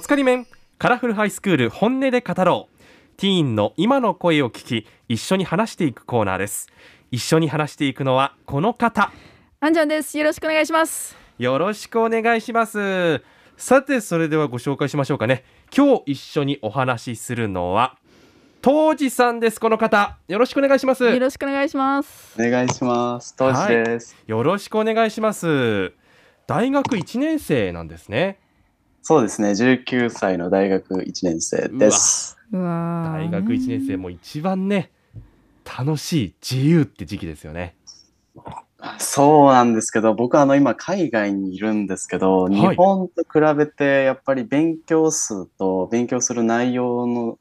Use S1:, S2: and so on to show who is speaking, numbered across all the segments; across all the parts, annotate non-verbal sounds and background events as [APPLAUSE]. S1: つかり面カラフルハイスクール本音で語ろうティーンの今の声を聞き一緒に話していくコーナーです一緒に話していくのはこの方
S2: あんちゃんです。よろしくお願いします。
S1: よろしくお願いしますさてそれではご紹介しましょうかね今日一緒にお話しするのは当時さんですこの方よろしくお願いします
S2: よろしくお願いします。
S3: お願いします。当時です。
S1: よろしくお願いします大学1年生なんですね
S3: そうですね。19歳の大学1年生です。
S2: うわー
S1: 大学1年生。も一番ね楽しい自由って時期ですよね
S3: そうなんですけど、僕あの今海外にいるんですけど、
S1: い
S3: 日本と比べてやっぱり勉強数と勉強する内容の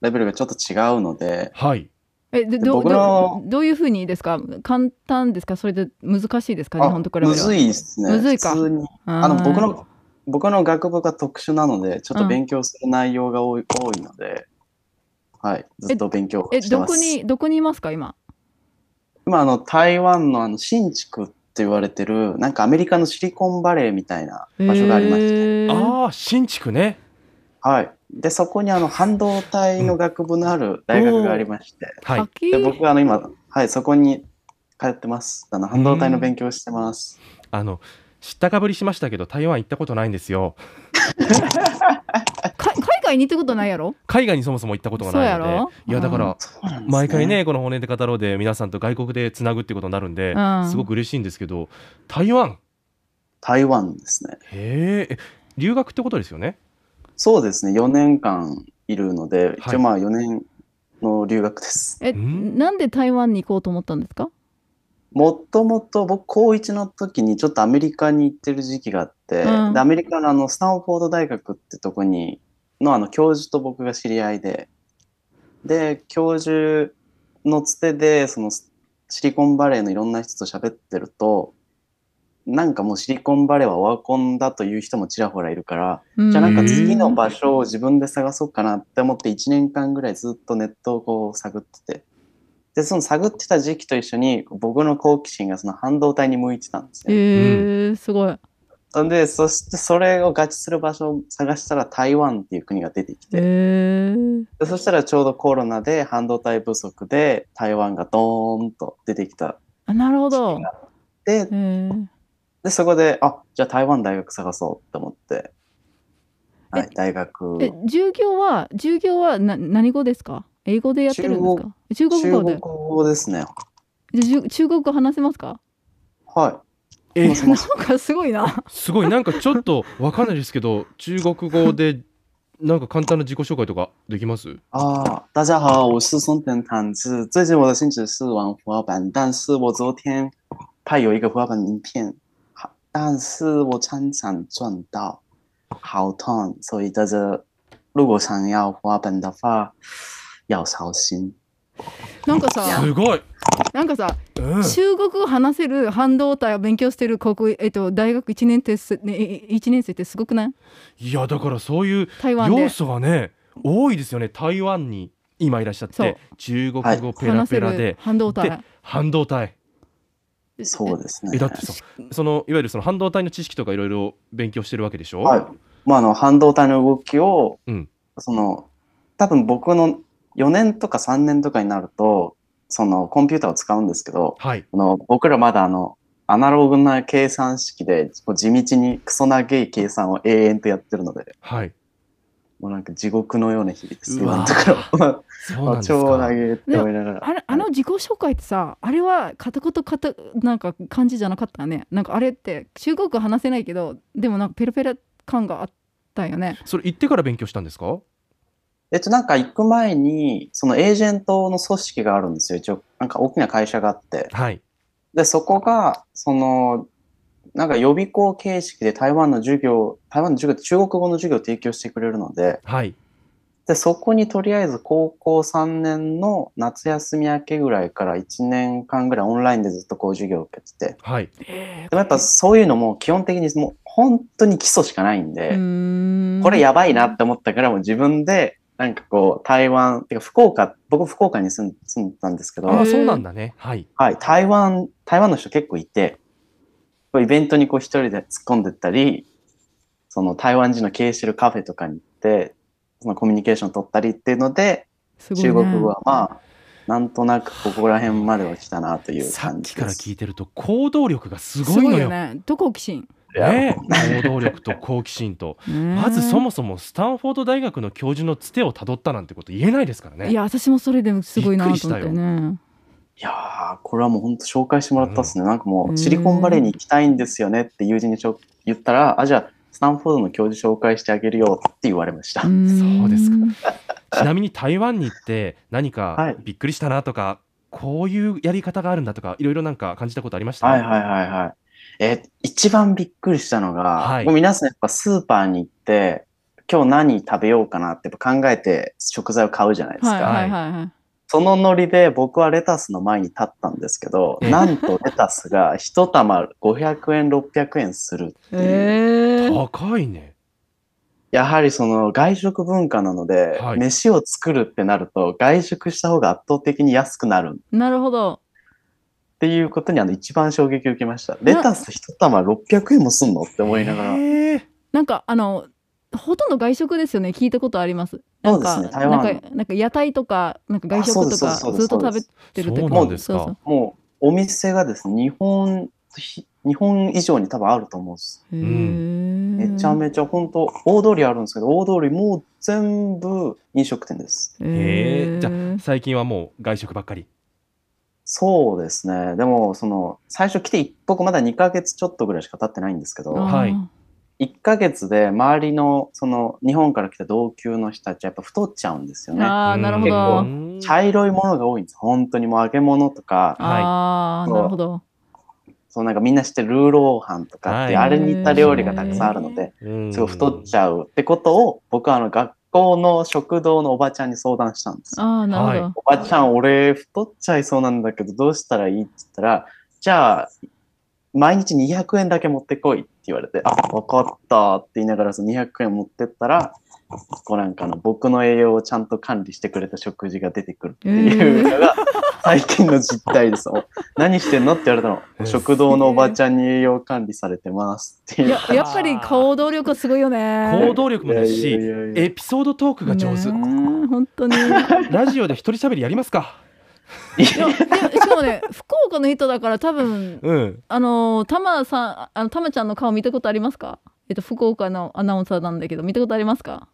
S3: レベルがちょっと違うので、
S1: はい
S2: え、ど、ど、
S3: 僕の
S2: どどういうふうにですか簡単ですかそれで難しいですか日本と比べれば。
S3: むずいですね。
S2: むずいか
S3: 普通に
S2: あ
S3: あの
S2: ー
S3: 僕の僕の学部が特殊なので、ちょっ
S2: うん
S3: と勉強する内容が多い,、多いので、はい、ずっと勉強
S2: え、
S3: して
S2: ど
S3: ま
S2: こ
S3: す。
S2: に、どこにいますか今。
S3: 今あの台湾のあの新築って言われてるなんかアメリカのシリコンバレーみたいな場所がありまして、
S2: へー
S1: ああ新築ね
S3: はい、でそこにあの半導体の学部のある大学がありまして、
S1: はい
S2: かっけー
S3: で僕はあの今、はい、そこに通ってますあの半導体の勉強をしてます、
S1: あの知ったかぶりしましたけど台湾行ったことないんですよ
S2: か海外に行ったことないやろ
S1: 海外にそもそも行ったことが
S2: そう
S1: ない
S2: や
S1: の
S2: ろ
S1: でいやだから
S3: そうなんですね
S1: 毎回ねこの本音で語ろうで皆さんと外国でつなぐってことになるんで
S2: うん
S1: すごく嬉しいんですけど台湾
S3: 台湾ですね
S1: へーえ留学ってことですよね
S3: そうですね4年間いるので、
S1: はい
S3: 一応まあ4年の留学です
S2: え、
S1: ん
S2: なんで台湾に行こうと思ったんですか
S3: もともと僕高1の時にちょっとアメリカに行ってる時期があって、
S2: うん
S3: でアメリカのあのスタンフォード大学ってとこにのあの教授と僕が知り合いでで教授のつてでそのシリコンバレーのいろんな人と喋ってるとなんかもうシリコンバレーはオワコンだという人もちらほらいるからじゃあなんか次の場所を自分で探そうかなって思って1年間ぐらいずっとネットをこう探っててでその探ってた時期と一緒に僕の好奇心がその半導体に向いてたんですね。
S2: えー、すごい。
S3: んでそしてそれを合致する場所を探したら台湾っていう国が出てき
S2: え
S3: て
S2: ー、
S3: でそしたらちょうどコロナで半導体不足で台湾がドーンと出てきた
S2: あなるほ
S3: 時期
S2: ど。
S3: があって
S2: えー、
S3: でそこであじゃあ台湾大学探そうって思って、はい、大学
S2: え、授業は、授業はな何語ですか英語でやってるんですか中国
S3: 中
S2: 語
S3: 国
S2: で。
S3: 語ですね
S2: じゃあ中中国語話せます [LAUGHS] か
S3: はい
S1: え
S3: もしもし
S2: なんかすごいな。
S1: すごいなんかちょっとわかんないですけど中国語でなんか簡単な自己紹介とかできます
S3: 啊，大家好，我是松田坦子。最近我的兴趣是玩滑板，但是我昨天拍有一个滑板名片，好，但是我常常撞到，好痛，所以大家如果想要滑板的话，要小心。
S2: なんかさ、
S1: すごい、
S2: なんかさ、
S1: うん
S2: 中国語話せる半導体を勉強してる高校、えっと、大学1年生す、ね、一年生ってすごくない
S1: いやだからそういう
S2: 台湾で
S1: 要。素がね多いですよね台湾に今いらっしゃっ
S2: そう
S1: て中国
S3: はい
S1: 語ペラ
S2: 話
S1: ペ
S2: せ
S1: ラ
S2: る
S1: で、
S2: 半導
S1: で
S2: 体。
S1: 半導体
S3: そうです
S1: え
S3: ね
S1: だっ。てそそのいわゆるその半導体の知識とかいろいろ勉強してるわけでしょ、
S3: はい。まあ、あの、半導体の動きを、
S1: うん
S3: その、多分僕の4年とか3年とかになると、そのコンピューターを使うんですけど、
S1: はい
S3: あの僕らまだあのアナログな計算式でこう地道にクソ長い計算を永遠とやってるので
S1: はい
S3: もうなんか地獄のような日々です
S1: う
S3: 今
S1: わ
S3: の
S1: ー
S3: ところ
S1: そうなんです
S3: 超長
S1: か
S3: いって思いながら
S2: あれあの自己紹介ってさあれは片言片なんか漢字じゃなかったねなんかあれって中国語話せないけどでもなんかペラペラ感があったよね
S1: それ行ってから勉強したんですか
S3: えっとなんか行く前にそのエージェントの組織があるんですよ一応なんか大きな会社があって
S1: はい
S3: でそこがそのなんか予備校形式で台湾の授業台湾の授業って中国語の授業を提供してくれるので
S1: はい
S3: で、そこにとりあえず高校3年の夏休み明けぐらいから1年間ぐらいオンラインでずっとこう授業を受けてて、
S1: はい
S2: え
S3: でもやっぱそういうのも基本的にもう本当に基礎しかないんで、これやばいなって思ったからもう自分でなんかこう台湾、てか福岡、僕福岡に住ん住んでたんですけど、
S1: あ
S2: へ
S1: あ
S2: ー
S1: そうなんだねはい
S3: はい、台湾、台湾の人結構いて、こうイベントにこう一人で突っ込んでったり、その台湾人の経営してるカフェとかに行って、そのコミュニケーション取ったりっていうので、
S2: すごいね
S3: 中国語はまあ、なんとなくここら辺までは来たなという
S1: さっ
S3: 感
S1: き
S3: じ
S1: か
S3: で
S1: ら
S3: す。
S1: 聞いてると行動力がす
S2: す
S1: ごいの
S2: ごい
S1: よ。
S2: よ
S1: ね
S2: ねどこ好奇心
S1: 行動力と好奇心
S2: [LAUGHS]
S1: と。
S2: ま
S1: まずそ
S2: も
S1: もそもスタンフォード大学の教授のつてをたどったなんてこと言えないですから
S2: い
S1: ね。
S2: や私もそれでもすごいなと思っ
S1: び
S2: た
S1: っく
S2: よ
S1: りし
S2: ね
S3: いやー、これはもう本当紹介してもらったっすね。なんかもう、シリコンバレーに行きたいんですよねって友人にしょ言ったら、あ、じゃあ、スタンフォードの教授紹介してあげるよって言われました。
S2: ん
S1: そうですちなみに台湾に行って何
S3: は
S1: か
S3: い
S1: びっくりしたなとか、こういうやり方があるんだとかいろいろなんか感じたことありました、
S3: はいはいはいはい。えー一番びっくりしたのが、
S1: はい
S3: もう皆さんやっぱスーパーに行って、今日何食べようかなってやっぱ考えて食材を買うじゃないですか。
S2: はいはいはいはい
S3: そのノリで僕はレタスの前に立ったんですけど、
S1: ええ
S3: なんとレタスが一玉500円、600円するっていう。
S2: えー
S1: 高いね。
S3: やはりその外食文化なので、
S1: はい
S3: 飯を作るってなると外食した方が圧倒的に安くなるっ
S2: なるほど
S3: ていうことにあの一番衝撃を受けました。レタス一玉600円もすんのって思いながら。
S1: へえ
S2: なんかあのほとんど外食ですよね聞いたことありますなんか
S3: そうですね台湾
S2: なんかなんか屋台とかなんか外食と
S3: あ
S2: か
S3: そう
S2: ず
S3: で
S2: っ
S3: すそ
S2: と
S3: う
S2: 食
S3: で
S2: べ
S3: す
S2: てる時
S1: そう
S2: も
S1: なんですか
S2: そうそう
S3: もうお店がですね、日本、ひ日本以上に多分あると思うんです。
S2: へ
S3: めちゃ
S2: ち
S3: めちゃ本当大通りあるんですけど、大通りもう全部飲食店です。
S2: ゃ
S1: へえじゃあ最近はもう外食ばっかり。
S3: そうですね。でも、その、最初来て一僕まだ2ヶ月ちょっとぐらいしか経ってないんですけど、
S1: はい
S3: 1ヶ月で周りの、その、日本から来た同級の人たちはやっぱ太っちゃうんですよね。
S2: ああなるほ
S1: う
S2: ど
S1: ん
S3: 茶色いものが多いんです。本当にもう揚げ物とか、
S2: ああなるほど
S3: そうなんかみんな知ってるルーローハンとかって、
S1: はい
S3: あれに似た料理がたくさんあるので、すごい太っち
S1: ゃ
S3: ゃうってことを、僕はあの、学校の食堂のおばちゃんに相談したんですよ。
S2: ああなるほど
S3: おばちゃん、俺、太っちゃいそうなんだけど、どうしたらいいって言ったら、じゃあ、毎日200円だけ持ってこいって言われて、あ、わかったって言いながら、その200円持ってったら、こうなんかあの僕の栄養をちゃんと管理してくれた食事が出てくるっていうのが、最近の実態です。お何してんのって言われた
S1: えー
S3: の。食堂のおばちゃんに栄養管理されてますって
S1: [LAUGHS]
S2: い
S3: いう。
S2: ややっぱり行動力はすごいよね
S1: 行動力もですし
S3: いやいやいやいや
S1: エピソードトークが上手。
S2: ねえ本当
S1: [LAUGHS]
S2: にい
S1: ラジオで一人喋りやりますか。
S2: やいやしかもね福岡の人だから多分
S1: うん。
S2: あのーたまさん、あのたまちゃんの顔見たことありますか。えっと福岡のアナウンサーなんだけど、見たことありますか。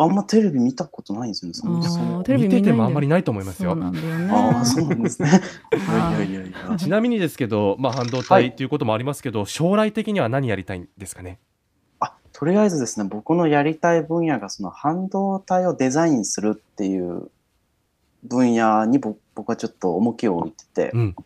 S3: あんまテレビ見たことないんですよね、そもそ
S2: あ
S3: も
S2: ー。テレビ
S1: 見て
S2: 見ないんだ
S1: て
S2: よ
S1: もあんまりないと思います
S2: そう
S1: よ。
S2: なんだよ
S3: ああ、
S2: ね。
S3: そうなんですね。いやいやいやいや。
S1: ちなみにですけど、まあ半導
S3: は
S1: 体
S3: い
S1: ということもありますけど、将来的には何やりたいんですかね。
S3: あとりあえずですね、僕のやりたい分野がその半導体をデザインするっていう分野にぼ僕はちょっと重きを置いてて、
S1: うん。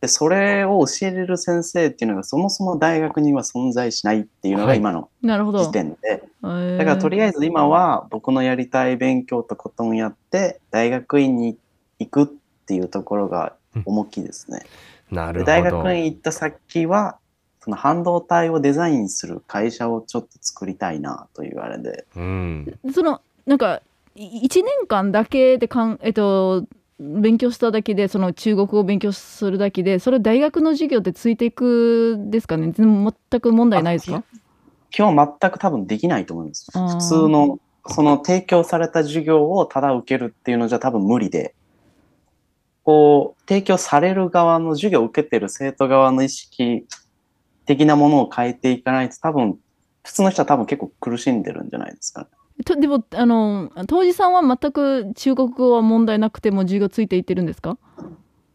S3: で、それを教えれる先生っていうのがそもそも大学には存在しないっていうの
S1: は
S3: が
S1: い
S3: 今の
S2: なるほど。
S3: 時点で、
S2: だ
S3: だからとり
S2: あ
S3: あえず今は僕のやりたい勉強とことんやって、大学院に行くっていうところが重きですね。
S1: なる
S3: で
S1: ほど。
S3: 大学院行った先は、その半導体をデザインする会社をちょっと作りたいなというあれで、
S1: うん。
S2: えず。その、なんか、い一年間だけでかん、えっと。勉強しただけでその中国語を勉強するだけでそれ大学の授業ってついていくですかねでも全く問題ないですか
S3: 今日全く多分できないと思います。
S2: あー
S3: 普通の、その提供された授業をただ受けるっていうのじゃ多分無理で、こう、提供される側の授業を受けてる生徒側の意識的なものを変えていかないと多分、普通の人は多分結構苦しんでるんじゃないですかね。
S2: とでもあの当時さんは全く中国語は問題なくても授業ついていってるんですか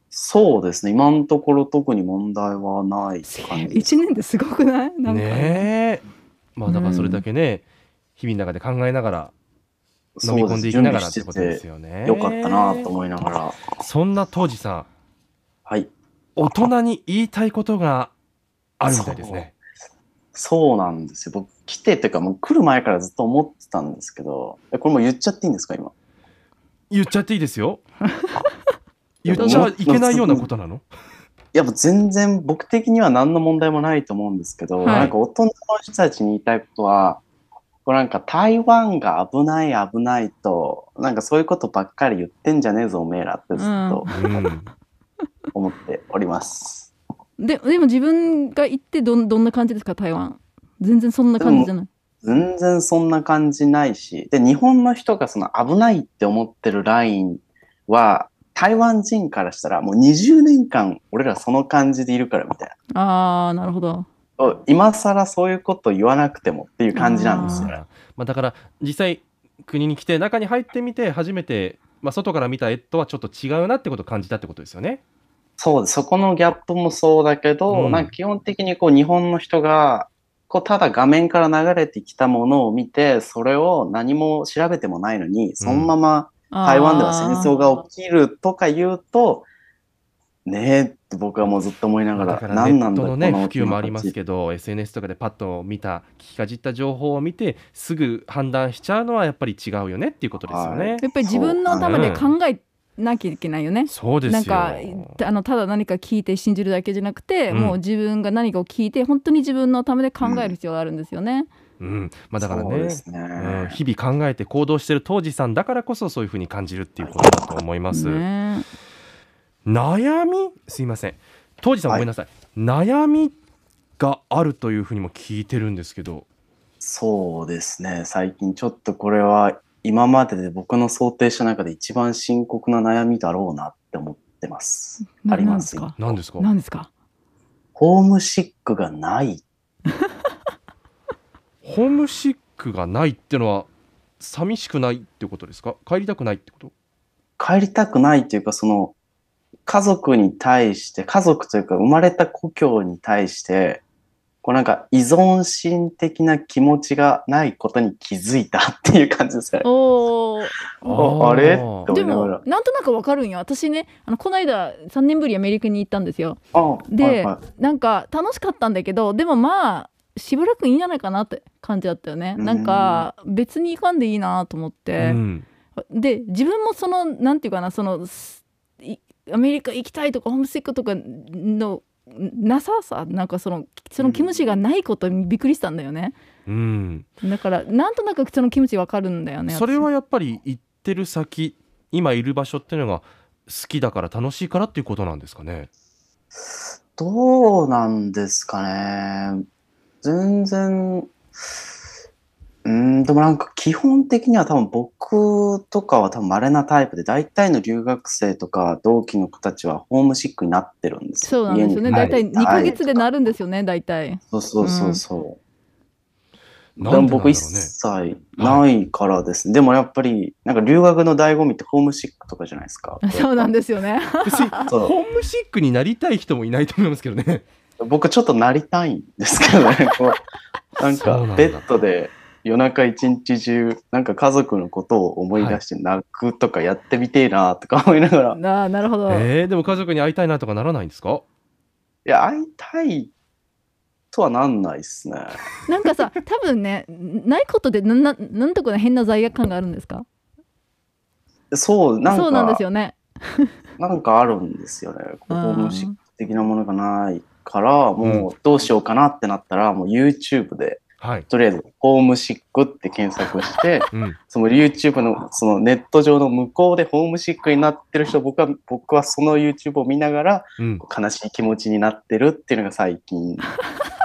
S3: そうですね。今のところ特に問題はない感じです。
S2: 一年ってすごくないなんか
S1: ねえ。まあだからそれだけね、日々の中で考えながら飲み込んでいきながらってことです
S3: よ。
S1: よね。
S3: よかったなと思いながら。
S1: そんな当時さん、
S3: はい。
S1: 大人に言いたいことがあるみたいですね。
S3: そうなんですよ。僕、来てっていうか、もう来る前からずっと思ってたんですけど、えこれもう言っちゃっていいんですか、今。
S1: 言っちゃっていいです
S3: [LAUGHS]
S1: よ。言っちゃいけないようなことなの。
S3: いや、もう全然僕的には何の問題もないと思うんですけど、
S2: はい
S3: なんか大人の人たちに言いたいことは、こうなんか台湾が危ない危ないと、なんかそういうことばっかり言ってんじゃねえぞ、おめえらってずっと
S1: うん。
S3: 思っております。
S2: ででも自分が行ってどんどんな感じですか台湾全然そんな感じじゃない
S3: 全然そんな感じないし、で、日本の人がその危ないって思ってるラインは、台湾人からしたらもう20年間俺らその感じでいるからみたいな。
S2: ああなるほど
S3: お今更そういうこと言わなくてもっていう感じなんです
S1: あ
S3: よ。
S1: ーまあ、だから実際国に来て中に入ってみて初めて、まあ、外から見た絵とはちょっと違うなってことを感じたってことですよね。
S3: そうです。そこのギャップもそうだけど、
S1: うん
S3: なんか基本的にこう日本の人が、こうただ画面から流れてきたものを見て、それを何も調べてもないのに、そのまま台湾では戦争が起きるとか言うと、ねえって僕はもうずっと思いなが
S1: だ
S3: ら、
S1: から
S3: 何
S1: ネ
S3: なん
S1: ット
S3: だろ
S1: の
S3: う、
S1: ね
S3: こ
S1: 普
S3: の
S1: 及もありますけど SNS とかでパッと見た聞きかじった情報を見てすぐ判断しちゃうのはやっぱり違うよねっていうことですよね。
S3: はい
S2: やっぱり自分の頭で考えなきゃいけないよね。
S1: そうですよ
S2: なんかあのただ何か聞いて信じるだけじゃなくて、
S1: うん
S2: もう自分が何かを聞いて本当に自分の頭で考える必要があるんですよね。
S1: うんまあ、だから
S3: そう
S1: ね
S3: ですね。
S1: うん、日々考えて行動してる当時さんだからこそそういうふうに感じるっていうことだと思います。
S2: ね
S1: 悩みすいません当時さんご
S3: はい
S1: めんなさい、悩みがあるというふうにも聞いてるんですけど
S3: そうですね。最近ちょっとこれは今までで僕の想定した中で一番深刻な悩みだろうなって思ってます。
S2: な
S3: あります
S2: なんですか。
S1: 何ですか
S2: 何ですか。
S3: ホームシックがない。
S1: ホームシックがないってのは寂しくないってことですか帰りたくないってこと
S3: 帰りたくないというか、その、家族に対して、家族というか生まれた故郷に対して、こうなんか依存心的な気持ちがないことに気づいたっていう感じですかね。
S2: おー
S3: ああれ
S1: ー
S3: どう
S2: で
S3: だか
S2: も
S3: ら
S2: なんとなくわかるんよ。私ねあのこの間3年ぶりアメリカに行ったんですよ。
S3: あ
S2: で、
S3: はいはい
S2: なんか楽しかったんだけどでもまあしばらくいいんじゃないかなって感じだったよね。
S3: うん
S2: なんか別に行かんでいいなと思って。
S1: うん
S2: で自分もそのなんていうかなそのすいアメリカ行きたいとかホームシックとかのなささなんかそのその気持ちがないことにびっくりしたんだよね、
S1: うん
S2: だからなんとなくその気持ちわかるんだよね
S1: それはやっぱり行ってる先今いる場所っていうのが好きだから楽しいからっていうことなんですかね
S3: どうなんですかね。全然、うーん、でもなんか基本的には多分僕とかは多分稀なタイプで、大体の留学生とか同期の子たちはホームシックになってるんです
S2: そうなんですよね
S1: 家
S2: 大体2ヶ月でな
S3: る。
S2: るんですよね大体。
S3: そうそうそうそう。
S1: な
S3: で
S1: んでなん
S3: も
S1: だろうね
S3: 僕一切ないからですね。でもやっぱり、なんか留学の醍醐味ってホームシックとかじゃないですか
S2: [LAUGHS] そうなんですよね
S1: 別に
S3: そう
S1: ホームシックになりたい人もいないと思いますけどね
S3: 僕ちょっとなりたいんですけどね。こうなん
S1: そうなん
S3: か
S1: だ
S3: ベッドで夜中一日中、なんか家族のことを思い出して泣くとかやってみてえなとか思いながら、い
S2: なあなるほど、
S1: [LAUGHS] えー、でも家族に会いたいなとかならないんですか
S3: や、会いたいとはなんないっすね。
S2: なんかさ多分ねないことでなんななんとか変な罪悪感があるんですか
S3: そう、なん
S2: そう
S3: か、
S2: なんですよね
S3: なんかあるんですよね。こうホームシック的なものがないから、もうどうしようかなってなったら、もう YouTube で、
S1: はい、
S3: とりあえずホームシックって検索して、
S1: うん、
S3: その YouTube のそのネット上の向こうでホームシックになってる人僕は僕はその YouTube を見ながら
S1: うん、。
S3: 悲しい気持ちになってるっていうのが最近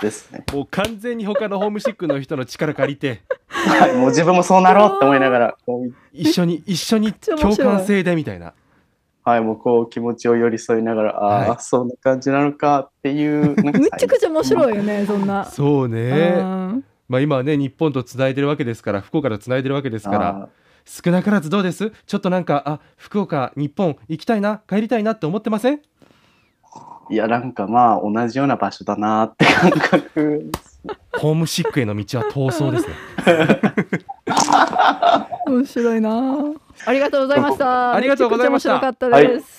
S3: ですね
S1: もう完全に他のホームシックの人の力借りて
S3: はい、もう自分もそうなろうって思いながらこう
S1: 一緒
S2: [LAUGHS]
S1: に一緒に
S2: ちゃ面白
S1: 共
S2: い
S1: 感性でみたいな
S3: はい、もうこう気持ちを寄り添いながら、あ
S1: は
S3: あ、そんな感じなのかっていう。なん
S2: [LAUGHS]
S3: か
S2: むっちゃくちゃ面白いよねそんな、
S1: そうね
S2: うん
S1: まあ今はね日本とつないでるわけですから福岡とつないでるわけです
S3: 最
S1: か
S3: 近
S1: ら少なからずどうですちょっとなんかあ福岡日本行きたいな帰りたいなって思ってません
S3: あーいや、なんかまあ同じような場所だなって感覚。
S1: ホームシックへの道は闘争ですね
S2: 面白いなあ。ありがとうございました。
S1: ありがとうございました
S2: めちゃくちゃ面白かったです。